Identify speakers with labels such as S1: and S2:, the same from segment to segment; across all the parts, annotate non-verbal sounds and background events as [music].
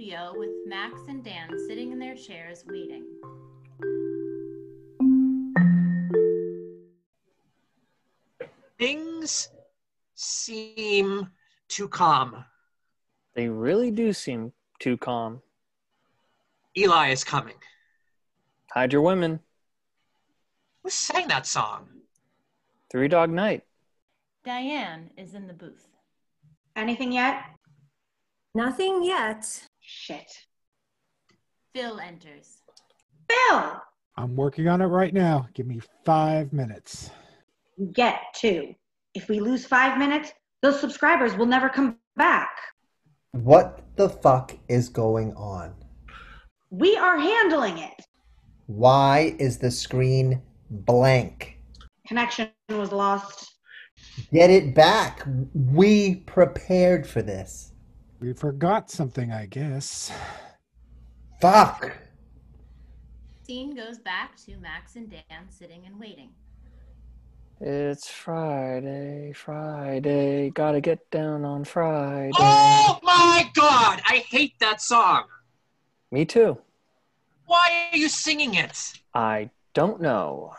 S1: show with Max and Dan sitting in their chairs waiting.
S2: Things seem to calm.
S3: They really do seem too calm.
S2: Eli is coming.
S3: Hide your women.
S2: Who sang that song?
S3: Three Dog Night.
S1: Diane is in the booth.
S4: Anything yet?
S5: Nothing yet.
S4: Shit.
S1: Phil enters.
S4: Bill,
S6: I'm working on it right now. Give me five minutes.
S4: get to. If we lose five minutes, those subscribers will never come back.
S7: What the fuck is going on?
S4: We are handling it.
S7: Why is the screen blank?
S4: Connection was lost.
S7: Get it back. We prepared for this.
S6: We forgot something, I guess.
S7: Fuck.
S1: Scene goes back to Max and Dan sitting and waiting.
S3: It's Friday, Friday. Gotta get down on Friday.
S2: Oh my god! I hate that song.
S3: Me too.
S2: Why are you singing it?
S3: I don't know.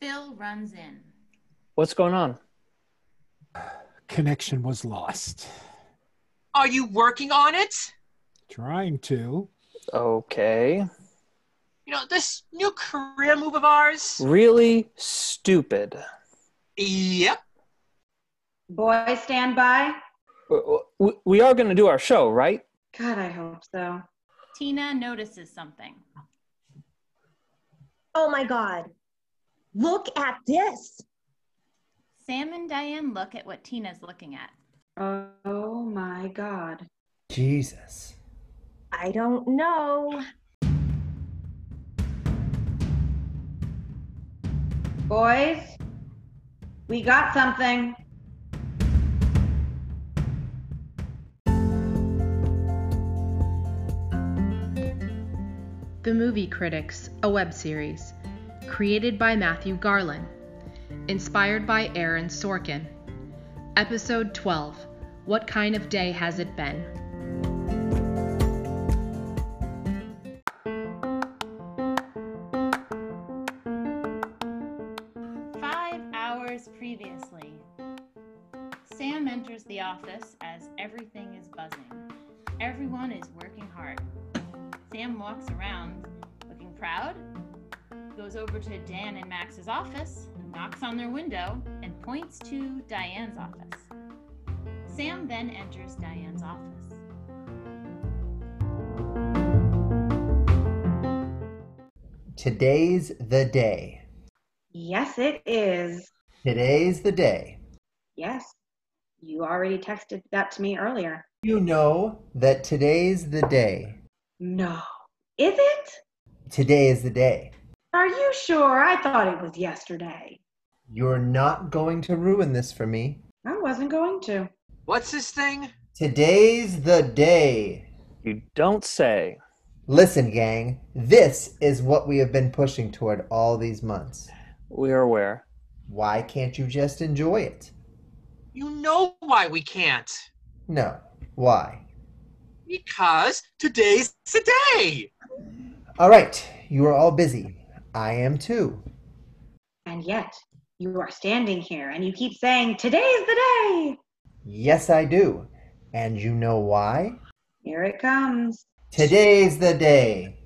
S1: Phil runs in.
S3: What's going on?
S6: Connection was lost.
S2: Are you working on it?
S6: Trying to.
S3: Okay.
S2: You know, this new career move of ours?
S3: Really stupid.
S2: Yep.
S4: Boy, stand by.
S3: W- w- We are gonna do our show, right?
S4: God, I hope so.
S1: Tina notices something.
S5: Oh my God. Look at this.
S1: Sam and Diane look at what Tina's looking at.
S4: Oh my God.
S7: Jesus.
S5: I don't know.
S4: Boys, we got something.
S8: The Movie Critics, a web series, created by Matthew Garland, inspired by Aaron Sorkin. Episode 12 What Kind of Day Has It Been?
S1: Five hours previously, Sam enters the office as everything is buzzing. Everyone is working hard. Sam walks around looking proud, goes over to Dan and Max's office, knocks on their window, and points to Diane's office. Sam then enters Diane's office.
S7: Today's the day.
S4: Yes, it is.
S7: Today's the day.
S4: Yes. You already texted that to me earlier.
S7: You know that today's the day.
S4: No. Is it?
S7: Today is the day.
S4: Are you sure? I thought it was yesterday.
S7: You're not going to ruin this for me.
S4: I wasn't going to.
S2: What's this thing?
S7: Today's the day.
S3: You don't say.
S7: Listen, gang, this is what we have been pushing toward all these months.
S3: We are aware.
S7: Why can't you just enjoy it?
S2: You know why we can't.
S7: No. Why?
S2: Because today's the day.
S7: All right, you are all busy. I am too.
S4: And yet, you are standing here and you keep saying, Today's the day.
S7: Yes, I do. And you know why?
S4: Here it comes.
S7: Today's the day.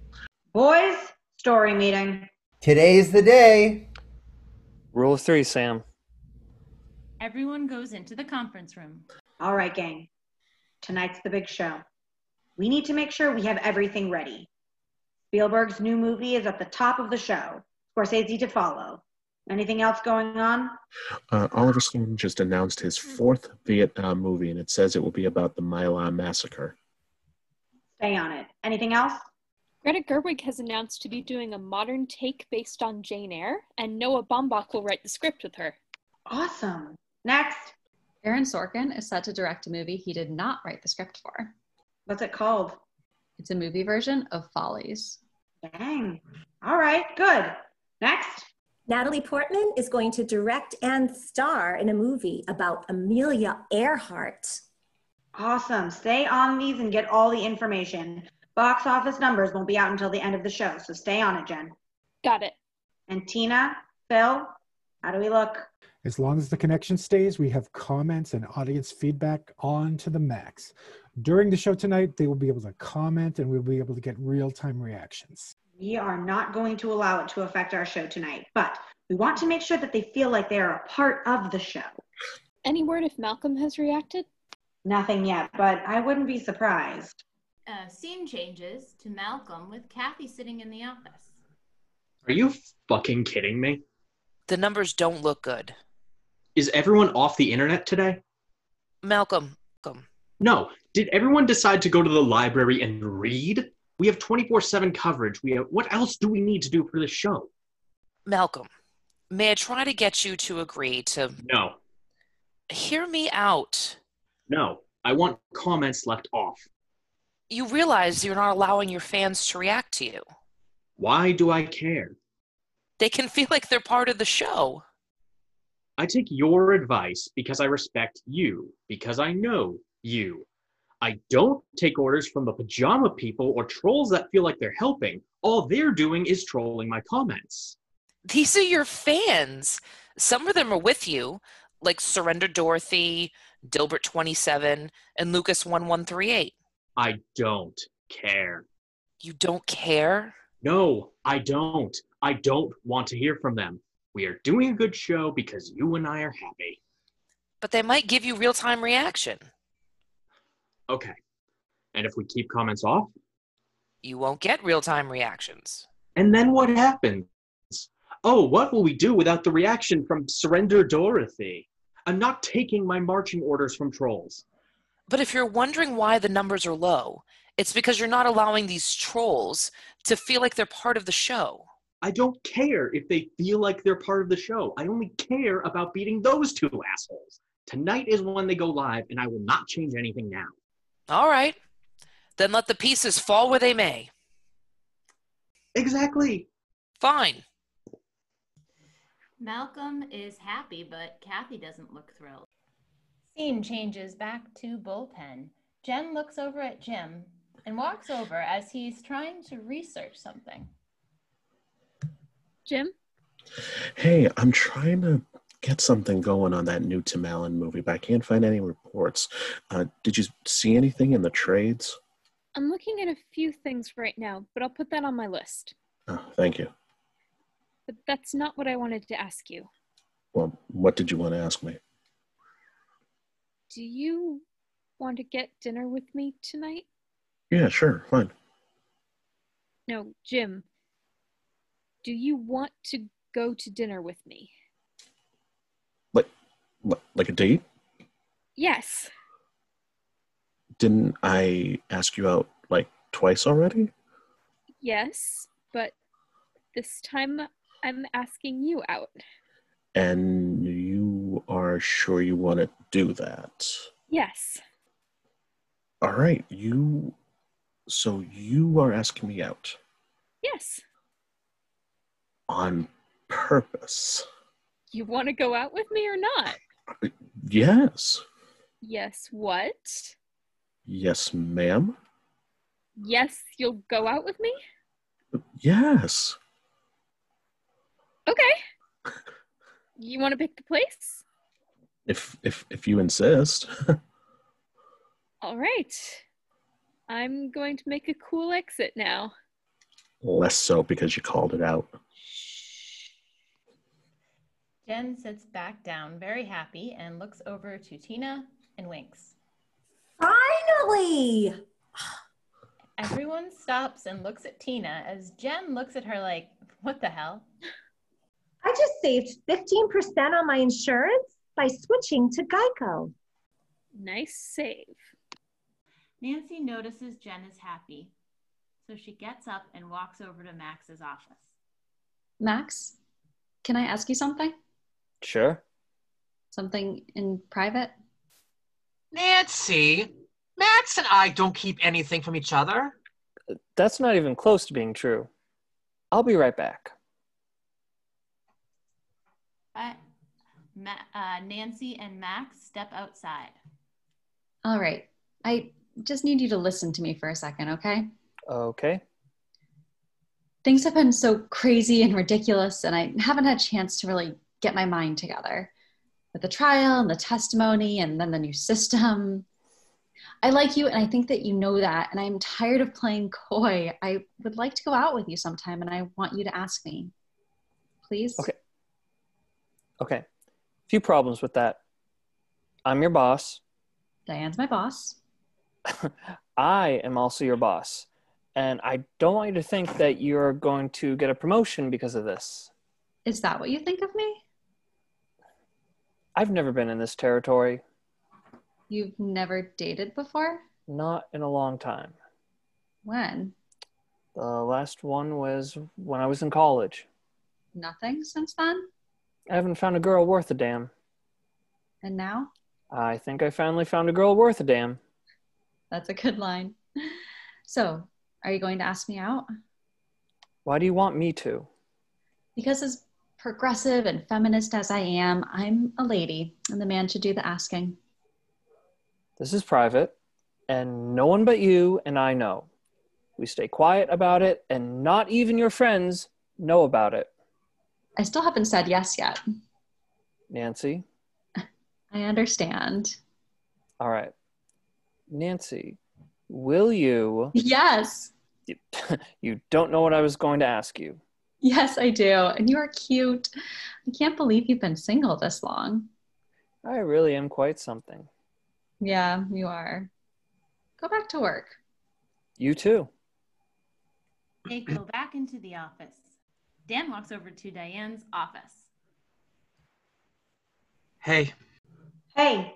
S4: Boys, story meeting.
S7: Today's the day.
S3: Rule of three, Sam.
S1: Everyone goes into the conference room.
S4: All right, gang. Tonight's the big show. We need to make sure we have everything ready. Spielberg's new movie is at the top of the show. Scorsese to follow. Anything else going on?
S9: Uh, Oliver Stone just announced his fourth Vietnam movie, and it says it will be about the My Lai massacre.
S4: Stay on it. Anything else?
S10: Greta Gerwig has announced to be doing a modern take based on Jane Eyre, and Noah Baumbach will write the script with her.
S4: Awesome. Next.
S11: Aaron Sorkin is set to direct a movie he did not write the script for.
S4: What's it called?
S11: It's a movie version of Follies.
S4: Dang. All right, good. Next.
S5: Natalie Portman is going to direct and star in a movie about Amelia Earhart.
S4: Awesome. Stay on these and get all the information. Box office numbers won't be out until the end of the show, so stay on it, Jen.
S10: Got it.
S4: And Tina, Phil, how do we look?
S6: As long as the connection stays, we have comments and audience feedback on to the max. During the show tonight, they will be able to comment and we'll be able to get real time reactions.
S4: We are not going to allow it to affect our show tonight, but we want to make sure that they feel like they are a part of the show.
S10: Any word if Malcolm has reacted?
S4: Nothing yet, but I wouldn't be surprised.
S1: Uh, scene changes to Malcolm with Kathy sitting in the office.
S12: Are you fucking kidding me?
S13: The numbers don't look good.
S12: Is everyone off the internet today?
S13: Malcolm, Malcolm,
S12: No. Did everyone decide to go to the library and read? We have 24 7 coverage. We have, what else do we need to do for this show?
S13: Malcolm, may I try to get you to agree to
S12: No,
S13: hear me out?
S12: no. I want comments left off.
S13: You realize you're not allowing your fans to react to you.
S12: Why do I care?
S13: They can [laughs] feel like they're part of the show.
S12: I take your advice because I respect you, because I know you. I don't take orders from the pajama people or trolls that feel like they're helping. All they're doing is trolling my comments.
S13: These are your fans. Some of them are with you, like Surrender Dorothy, Dilbert27, and Lucas1138.
S12: I don't care.
S13: You don't care?
S12: No, I don't. I don't want to hear from them. We are doing a good show because you and I are happy.
S13: But they might give you real time reaction.
S12: Okay. And if we keep comments off,
S13: You won't get real time reactions.
S12: and then what happens? Oh, what will we do without the reaction from Surrender Dorothy? I'm not taking my marching orders from trolls.
S13: But if you're wondering why the numbers are low, it's because you're not allowing these trolls to feel like they're part of the show.
S12: I don't care if they feel like they're part of the show. I only care about beating those two assholes. Tonight is when they go live, and I will not change anything now.
S13: All right. Then let the pieces fall where they may.
S12: Exactly.
S13: Fine.
S1: Malcolm is happy, but Kathy doesn't look thrilled. Scene changes back to bullpen. Jen looks over at Jim and walks over as he's trying to research something.
S10: Jim?
S9: Hey, I'm trying to get something going on that new Tim Allen movie, but I can't find any reports. Uh, did you see anything in the trades?
S10: I'm looking at a few things right now, but I'll put that on my list.
S9: Oh, thank you.
S10: But that's not what I wanted to ask you.
S9: Well, what did you want to ask me?
S10: Do you want to get dinner with me tonight?
S9: Yeah, sure, fine.
S10: No, Jim. Do you want to go to dinner with me?
S9: Li- Like a date?
S10: Yes.
S9: Didn't I ask you out like twice already?
S10: Yes, but this time I'm asking you out.
S9: And you are sure you want to do that?
S10: Yes.
S9: All right, you. So you are asking me out
S10: Yes.
S9: on purpose?
S10: You want to go out with me or not?
S9: Yes.
S10: Yes, what?
S9: Yes, ma'am.
S10: Yes, you'll go out with me?
S9: Yes.
S10: Okay. You want to pick the place?
S9: If if if you insist. [laughs]
S10: All right. I'm going to make a cool exit now.
S9: Less so because you called it out.
S1: Jen sits back down, very happy, and looks over to Tina and winks.
S5: Finally!
S1: Everyone stops and looks at Tina as Jen looks at her like, what the hell?
S5: I just saved 15% on my insurance by switching to Geico.
S10: Nice save.
S1: Nancy notices Jen is happy, so she gets up and walks over to Max's office.
S11: Max, can I ask you something?
S3: Sure.
S11: Something in private?
S2: Nancy, Max and I don't keep anything from each other.
S3: That's not even close to being true. I'll be right back.
S1: But uh, Ma- uh, Nancy and Max step outside.
S11: All right. I just need you to listen to me for a second, okay?
S3: Okay.
S11: Things have been so crazy and ridiculous, and I haven't had a chance to really get my mind together with the trial and the testimony and then the new system. I like you, and I think that you know that, and I'm tired of playing coy. I would like to go out with you sometime, and I want you to ask me. Please?
S3: Okay. Okay. Few problems with that. I'm your boss.
S11: Diane's my boss.
S3: I am also your boss. And I don't want you to think that you're going to get a promotion because of this.
S11: Is that what you think of me?
S3: I've never been in this territory,
S11: You've never dated before?
S3: not in a long time.
S11: When?
S3: The last one was when I was in college.
S11: Nothing since then?
S3: I haven't found a girl worth a damn.
S11: And now?
S3: I think I finally found a girl worth a damn.
S11: That's a good line. So, are you going to ask me out?
S3: Why do you want me to?
S11: Because as progressive and feminist as I am, I'm a lady, and the man should do the asking.
S3: This is private, and no one but you and I know. We stay quiet about it, and not even your friends know about it.
S11: I still haven't said yes yet.
S3: Nancy?
S11: I understand.
S3: All right. Nancy, will you?
S11: Yes,
S3: You don't know what I was going to ask you.
S11: yes, I do. And you are cute. I can't believe you've been single this long.
S3: I really am quite something.
S11: Yeah, you are. Go back to work.
S3: You too.
S1: They go back into the office. Dan walks over to Diane's office.
S2: Hey,
S4: Hey,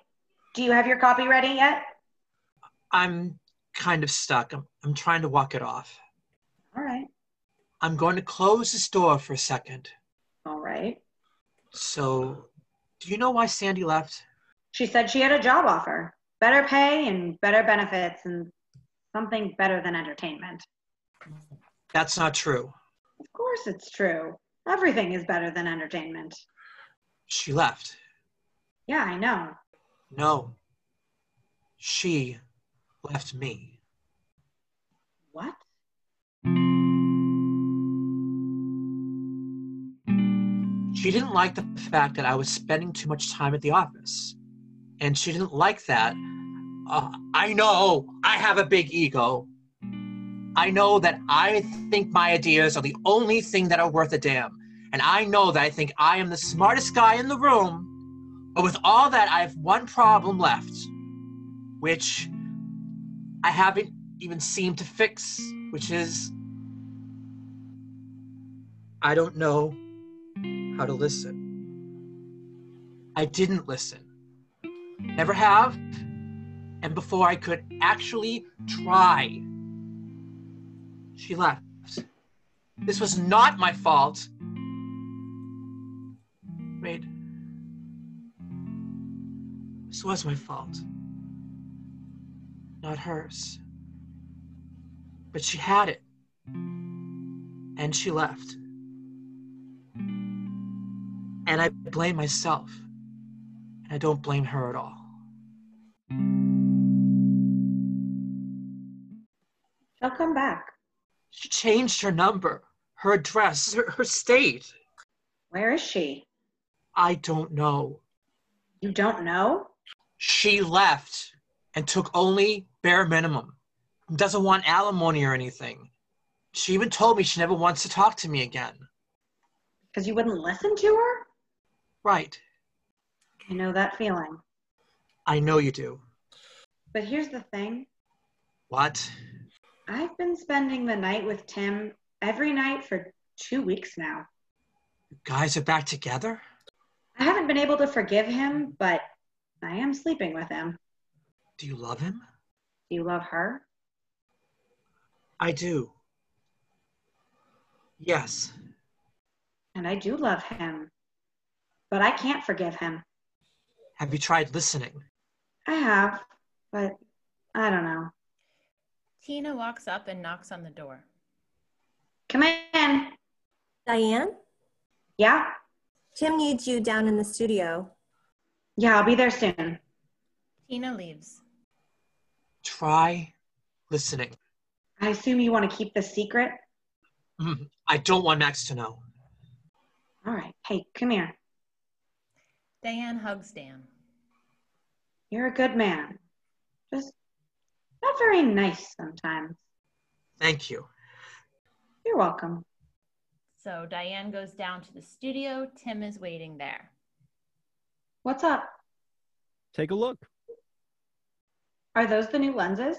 S4: do you have your copy ready yet?
S2: I'm kind of stuck. I'm, I'm trying to walk it off.
S4: All right.
S2: I'm going to close this door for a second.
S4: All right.
S2: So, do you know why Sandy left?
S4: She said she had a job offer, better pay and better benefits and something better than entertainment.
S2: That's not true.
S4: Of course, it's true. Everything is better than entertainment.
S2: She left.
S4: Yeah, I know.
S2: No. She left me.
S4: What?
S2: She didn't like the fact that I was spending too much time at the office. And she didn't like that. Uh, I know I have a big ego. I know that I think my ideas are the only thing that are worth a damn. And I know that I think I am the smartest guy in the room. But with all that, I have one problem left, which I haven't even seemed to fix, which is I don't know how to listen. I didn't listen. Never have. And before I could actually try, she left. This was not my fault. Wait. This was my fault. Not hers. But she had it. And she left. And I blame myself. And I don't blame her at all.
S4: She'll come back.
S2: She changed her number, her address, her, her state.
S4: Where is she?
S2: I don't know.
S4: You don't know?
S2: She left and took only bare minimum. Doesn't want alimony or anything. She even told me she never wants to talk to me again.
S4: Because you wouldn't listen to her?
S2: Right.
S4: I know that feeling.
S2: I know you do.
S4: But here's the thing
S2: What?
S4: I've been spending the night with Tim every night for two weeks now.
S2: You guys are back together?
S4: I haven't been able to forgive him, but I am sleeping with him.
S2: Do you love him?
S4: Do you love her?
S2: I do. Yes.
S4: And I do love him. But I can't forgive him.
S2: Have you tried listening?
S4: I have, but I don't know.
S1: Tina walks up and knocks on the door.
S4: Come in.
S5: Diane,
S4: Yeah?
S5: Tim needs you down in the studio.
S4: Yeah, I'll be there soon.
S1: Tina leaves.
S2: Try listening.
S4: I assume you want to keep this secret?
S2: Mm, I don't want Max to know.
S4: All right. Hey, come here.
S1: Diane hugs Dan.
S4: You're a good man. Just not very nice sometimes.
S2: Thank you.
S4: You're welcome.
S1: So Diane goes down to the studio. Tim is waiting there.
S4: What's up?
S14: Take a look.
S4: Are those the new lenses?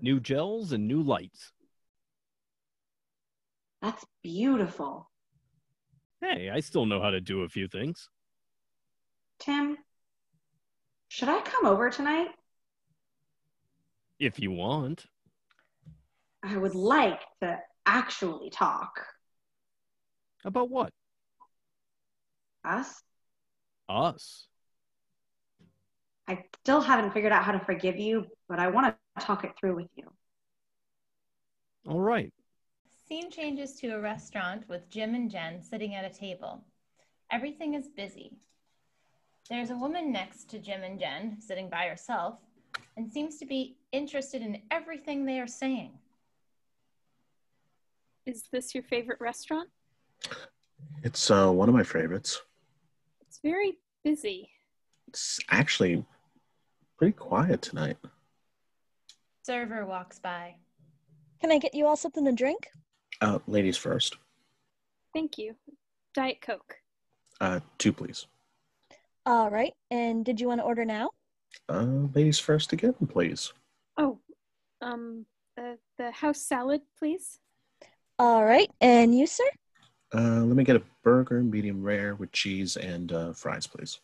S14: New gels and new lights.
S4: That's beautiful.
S14: Hey, I still know how to do a few things.
S4: Tim, should I come over tonight?
S14: If you want.
S4: I would like to actually talk.
S14: About what?
S4: Us?
S14: Us.
S4: I still haven't figured out how to forgive you, but I want to talk it through with you.
S14: All right.
S1: Scene changes to a restaurant with Jim and Jen sitting at a table. Everything is busy. There's a woman next to Jim and Jen sitting by herself and seems to be interested in everything they are saying.
S10: Is this your favorite restaurant?
S9: It's uh, one of my favorites.
S10: It's very busy.
S9: It's actually pretty quiet tonight.
S1: Server walks by.
S15: Can I get you all something to drink?
S9: Uh, ladies first.
S10: Thank you. Diet Coke.
S9: Uh, two, please.
S15: All right. And did you want to order now?
S9: Uh, ladies first again, please.
S10: Oh, um, uh, the house salad, please.
S15: All right. And you, sir?
S9: Uh, let me get a burger, medium rare, with cheese and uh, fries, please.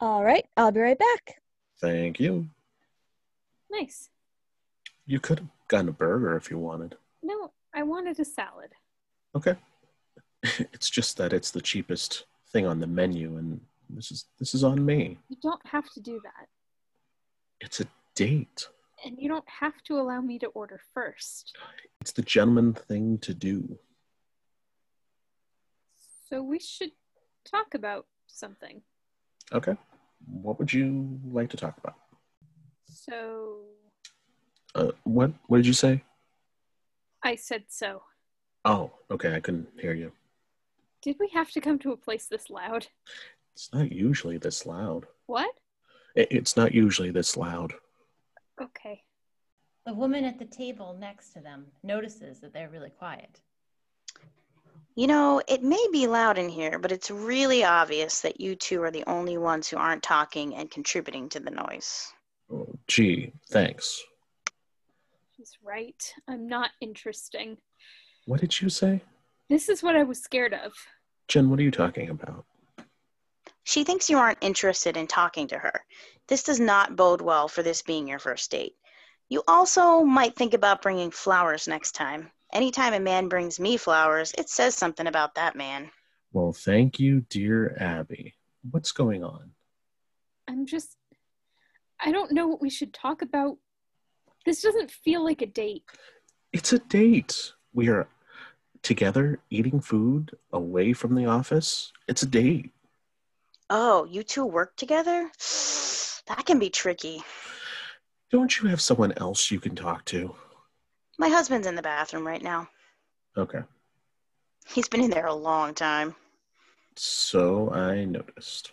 S15: All right. I'll be right back.
S9: Thank you.
S10: Nice.
S9: You could have gotten a burger if you wanted.
S10: No, I wanted a salad.
S9: Okay. [laughs] it's just that it's the cheapest thing on the menu, and this is this is on me.
S10: You don't have to do that.
S9: It's a date.
S10: And you don't have to allow me to order first.
S9: It's the gentleman thing to do.
S10: So we should talk about something.
S9: Okay. What would you like to talk about?
S10: So
S9: Uh, what What did you say?
S10: I said so.
S9: Oh, okay. I couldn't hear you.
S10: Did we have to come to a place this loud?
S9: It's not usually this loud.
S10: What?
S9: I- It's not usually this loud.
S10: Okay.
S1: The woman at the table next to them notices that they're really quiet.
S16: You know, it may be loud in here, but it's really obvious that you two are the only ones who aren't talking and contributing to the noise.
S9: Oh, Gee, thanks.
S10: She's right. I'm not interesting.
S9: What did you say,
S10: This is what I was scared of.
S9: Jen? What are you talking about?
S16: She thinks you aren't interested in talking to her. This does not bode well for this being your first date. You also might think about bringing flowers next time. Anytime a man brings me flowers, it says something about that man.
S9: Well, thank you, dear Abby. What's going on?
S10: I'm just. I don't know what we should talk about. This doesn't feel like a date.
S9: It's a date. We are together eating food away from the office. It's a date.
S16: Oh, you two work together? [sighs] That can be tricky.
S9: Don't you have someone else you can talk to?
S16: My husband's in the bathroom right now.
S9: Okay.
S16: He's been in there a long time.
S9: So I noticed.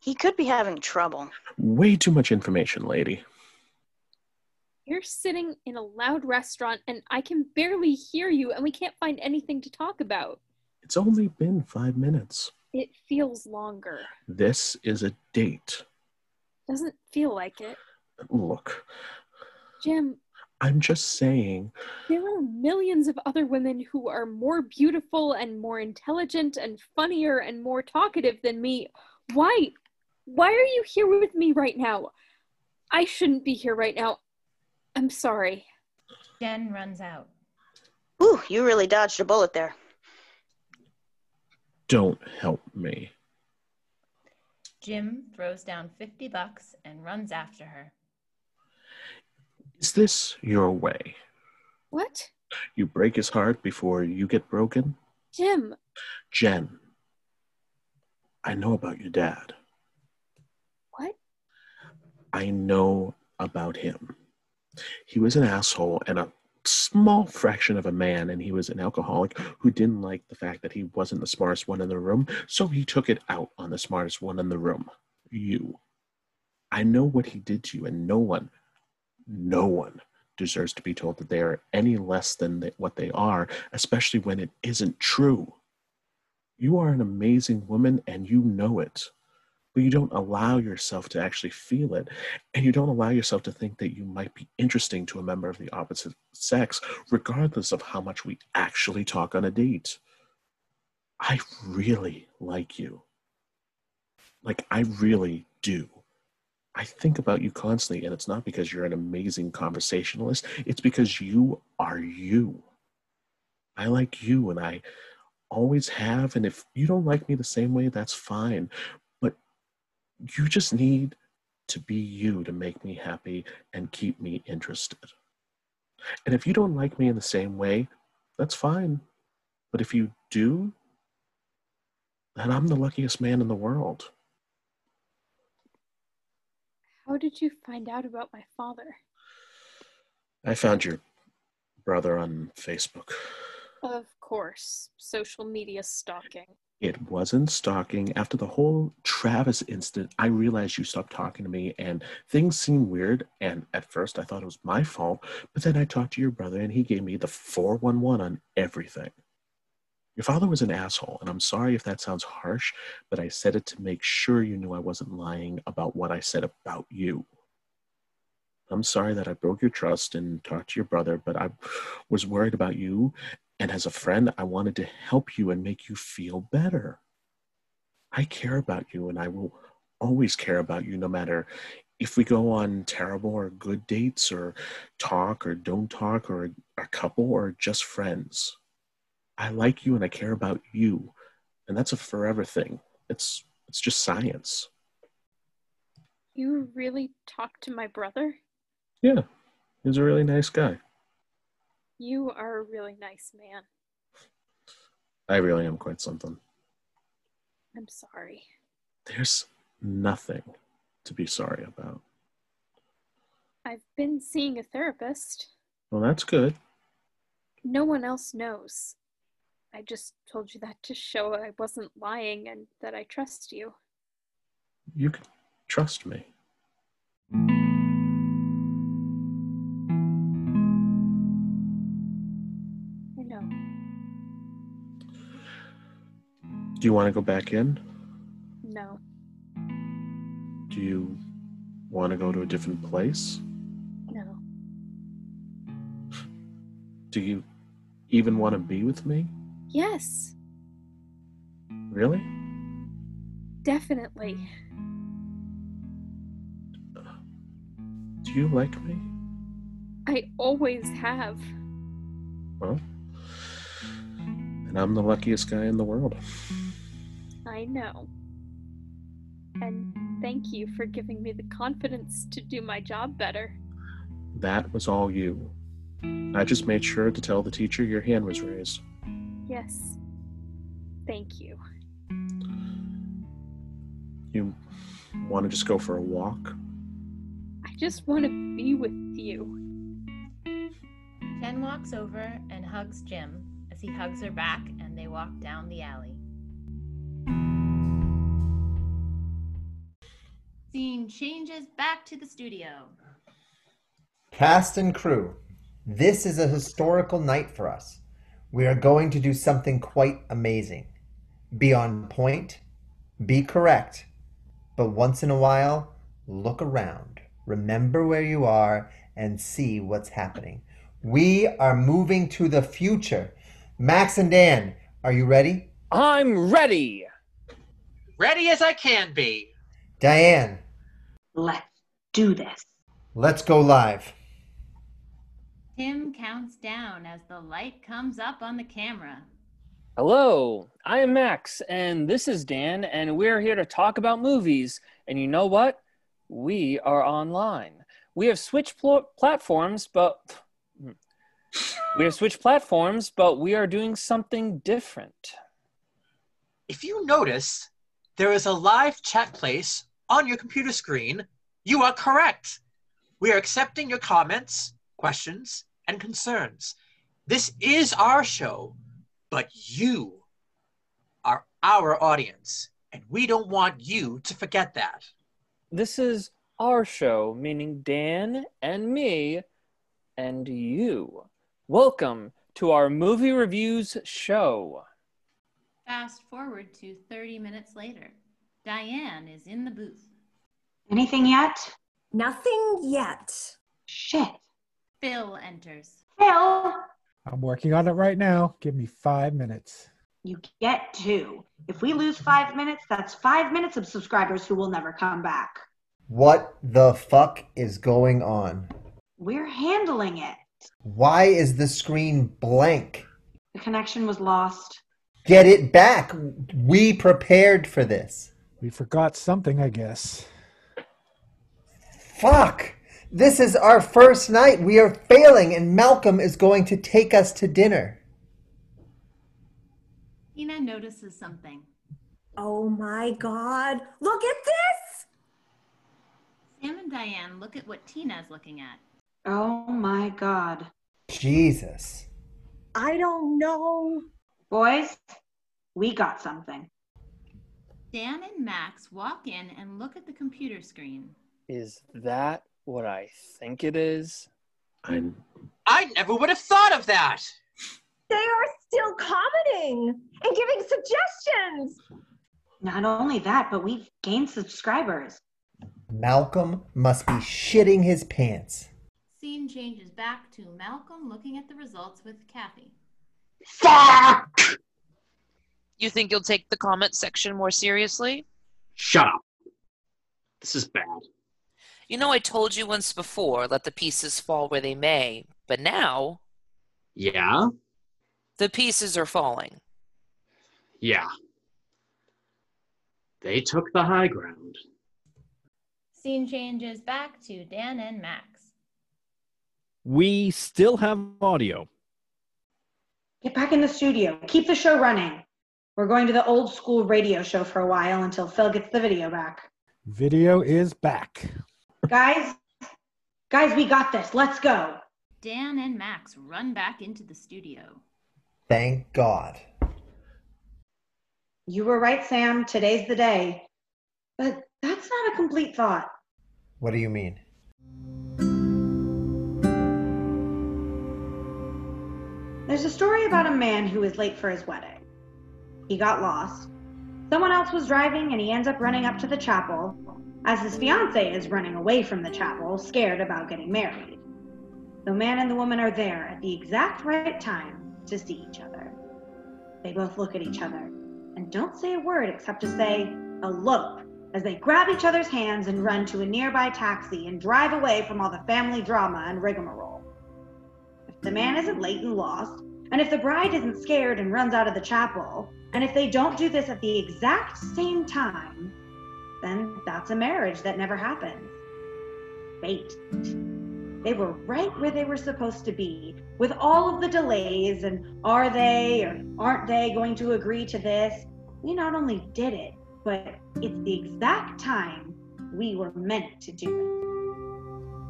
S16: He could be having trouble.
S9: Way too much information, lady.
S10: You're sitting in a loud restaurant and I can barely hear you, and we can't find anything to talk about.
S9: It's only been five minutes.
S10: It feels longer.
S9: This is a date.
S10: Doesn't feel like it.
S9: Look,
S10: Jim,
S9: I'm just saying
S10: there are millions of other women who are more beautiful and more intelligent and funnier and more talkative than me. Why? Why are you here with me right now? I shouldn't be here right now. I'm sorry.
S1: Jen runs out.
S16: Ooh, you really dodged a bullet there.
S9: don't help me.
S1: Jim throws down 50 bucks and runs after her.
S9: Is this your way?
S10: What?
S9: You break his heart before you get broken?
S10: Jim,
S9: Jen, I know about your dad.
S10: What?
S9: I know about him. He was an asshole and a small fraction of a man, and he was an alcoholic who didn't like the fact that he wasn't the smartest one in the room, so he took it out on the smartest one in the room. You. I know what he did to you, and no one, no one deserves to be told that they are any less than th- what they are, especially when it isn't true. You are an amazing woman and you know it, but you don't allow yourself to actually feel it, and you don't allow yourself to think that you might be interesting to a member of the opposite sex, regardless of how much we actually talk on a date. I really like you. Like, I really do. I think about you constantly, and it's not because you're an amazing conversationalist, it's because you are you. I like you, and I always have. And if you don't like me the same way, that's fine. But you just need to be you to make me happy and keep me interested. And if you don't like me in the same way, that's fine. But if you do, then I'm the luckiest man in the world.
S10: How did you find out about my father?
S9: I found your brother on Facebook.
S10: Of course, social media stalking.
S9: It wasn't stalking. After the whole Travis incident, I realized you stopped talking to me and things seemed weird. And at first, I thought it was my fault. But then I talked to your brother and he gave me the 411 on everything. Your father was an asshole, and I'm sorry if that sounds harsh, but I said it to make sure you knew I wasn't lying about what I said about you. I'm sorry that I broke your trust and talked to your brother, but I was worried about you. And as a friend, I wanted to help you and make you feel better. I care about you, and I will always care about you, no matter if we go on terrible or good dates, or talk or don't talk, or a couple, or just friends. I like you and I care about you. And that's a forever thing. It's it's just science.
S10: You really talked to my brother?
S9: Yeah. He's a really nice guy.
S10: You are a really nice man.
S9: I really am quite something.
S10: I'm sorry.
S9: There's nothing to be sorry about.
S10: I've been seeing a therapist.
S9: Well, that's good.
S10: No one else knows. I just told you that to show I wasn't lying and that I trust you.
S9: You can trust me.
S10: I know.
S9: Do you want to go back in?
S10: No.
S9: Do you want to go to a different place?
S10: No.
S9: Do you even want to be with me?
S10: Yes,
S9: Really?
S10: definitely.
S9: Do you like me?
S10: I always have.
S9: Well, and I'm the luckiest guy in the world.
S10: I know. And thank you for giving me the confidence to do my job better.
S9: That was all you. I just made sure to tell the teacher your hand was raised.
S10: Yes. Thank you.
S9: You want to just go for a walk?
S10: I just want to be with you.
S1: Ken walks over and hugs Jim as he hugs her back and they walk down the alley. Scene changes back to the studio.
S7: Cast and crew, this is a historical night for us. We are going to do something quite amazing. Be on point, be correct, but once in a while, look around, remember where you are, and see what's happening. We are moving to the future. Max and Dan, are you ready?
S3: I'm ready.
S2: Ready as I can be.
S7: Diane,
S4: Let's do this.
S7: let's go live.
S1: Tim counts down as the light comes up on the camera.
S3: Hello, I am Max, and this is Dan, and we're here to talk about movies. And you know what? We are online. We have switched pl- platforms, but hmm. we have switched platforms, but we are doing something different.
S2: If you notice, there is a live chat place on your computer screen. You are correct. We are accepting your comments, questions, and concerns. This is our show, but you are our audience, and we don't want you to forget that.
S3: This is our show, meaning Dan and me and you. Welcome to our movie reviews show.
S1: Fast forward to 30 minutes later. Diane is in the booth.
S4: Anything yet?
S5: Nothing yet.
S4: Shit.
S1: Phil enters.
S4: Phil,
S6: I'm working on it right now. Give me five minutes.
S4: you get two. If we lose five minutes, that's five minutes of subscribers who will never come back.
S7: What the fuck is going on?
S4: We're handling it.
S7: Why is the screen blank?
S4: The connection was lost.
S7: Get it back. We prepared for this.
S6: We forgot something, I guess.
S7: Fuck. This is our first night. We are failing, and Malcolm is going to take us to dinner.
S1: Ina notices something.
S5: Oh my God. Look at this.
S1: Sam and Diane look at what Tina's looking at.
S4: Oh my god.
S7: Jesus.
S5: I don't know.
S4: Boys, we got something.
S1: Dan and Max walk in and look at the computer screen.
S3: Is that what I think it is?
S9: I'm
S2: I never would have thought of that.
S5: They are still commenting and giving suggestions.
S4: Not only that, but we've gained subscribers.
S7: Malcolm must be shitting his pants.
S1: Scene changes back to Malcolm looking at the results with Kathy.
S4: Fuck!
S13: You think you'll take the comment section more seriously?
S12: Shut up. This is bad.
S13: You know, I told you once before, let the pieces fall where they may, but now
S12: Yeah?
S13: the pieces are falling.
S12: Yeah. They took the high ground.
S1: Scene changes back to Dan and Max.
S14: We still have audio.
S4: Get back in the studio. Keep the show running. We're going to the old school radio show for a while until Phil gets the video back.
S6: Video is back.
S4: Guys, guys, we got this. Let's go.
S1: Dan and Max run back into the studio.
S7: Thank God.
S4: You were right, Sam. Today's the day. But that's not a complete thought.
S7: What do you mean?
S4: There's a story about a man who was late for his wedding. He got lost. Someone else was driving and he ends up running up to the chapel as his fiance is running away from the chapel, scared about getting married. The man and the woman are there at the exact right time to see each other. They both look at each other and don't say a word except to say, elope, as they grab each other's hands and run to a nearby taxi and drive away from all the family drama and rigmarole. If the man isn't late and lost, and if the bride isn't scared and runs out of the chapel, and if they don't do this at the exact same time, then that's a marriage that never happens. Fate. They were right where they were supposed to be, with all of the delays and are they or aren't they going to agree to this? We not only did it, but it's the exact time we were meant to do it.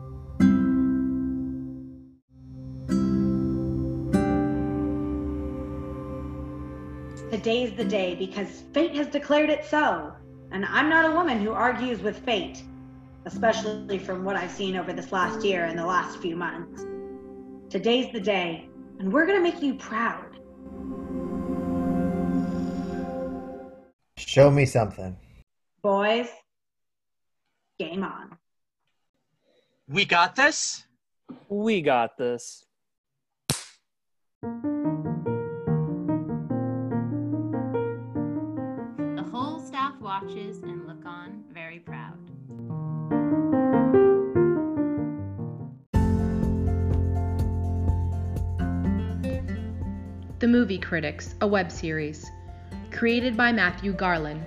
S4: Today's the day because fate has declared it so. And I'm not a woman who argues with fate, especially from what I've seen over this last year and the last few months. Today's the day, and we're going to make you proud.
S7: Show me something.
S4: Boys, game on.
S2: We got this?
S3: We got this.
S1: The whole staff watches and look on very proud.
S8: The Movie Critics, a web series. Created by Matthew Garland.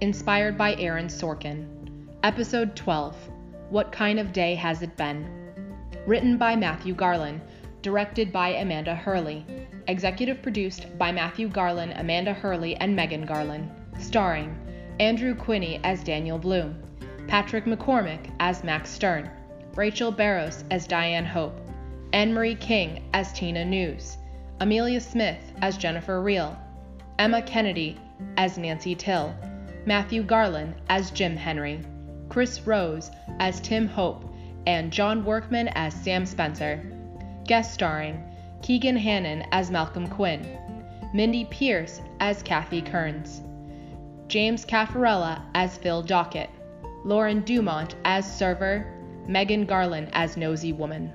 S8: Inspired by Aaron Sorkin. Episode 12 What Kind of Day Has It Been? Written by Matthew Garland. Directed by Amanda Hurley. Executive produced by Matthew Garland, Amanda Hurley, and Megan Garland. Starring Andrew Quinney as Daniel Bloom. Patrick McCormick as Max Stern. Rachel Barros as Diane Hope, Anne Marie King as Tina News, Amelia Smith as Jennifer Reel, Emma Kennedy as Nancy Till, Matthew Garland as Jim Henry, Chris Rose as Tim Hope, and John Workman as Sam Spencer. Guest starring Keegan Hannon as Malcolm Quinn, Mindy Pierce as Kathy Kearns, James Caffarella as Phil Dockett, Lauren Dumont as Server, Megan Garland as Nosy Woman.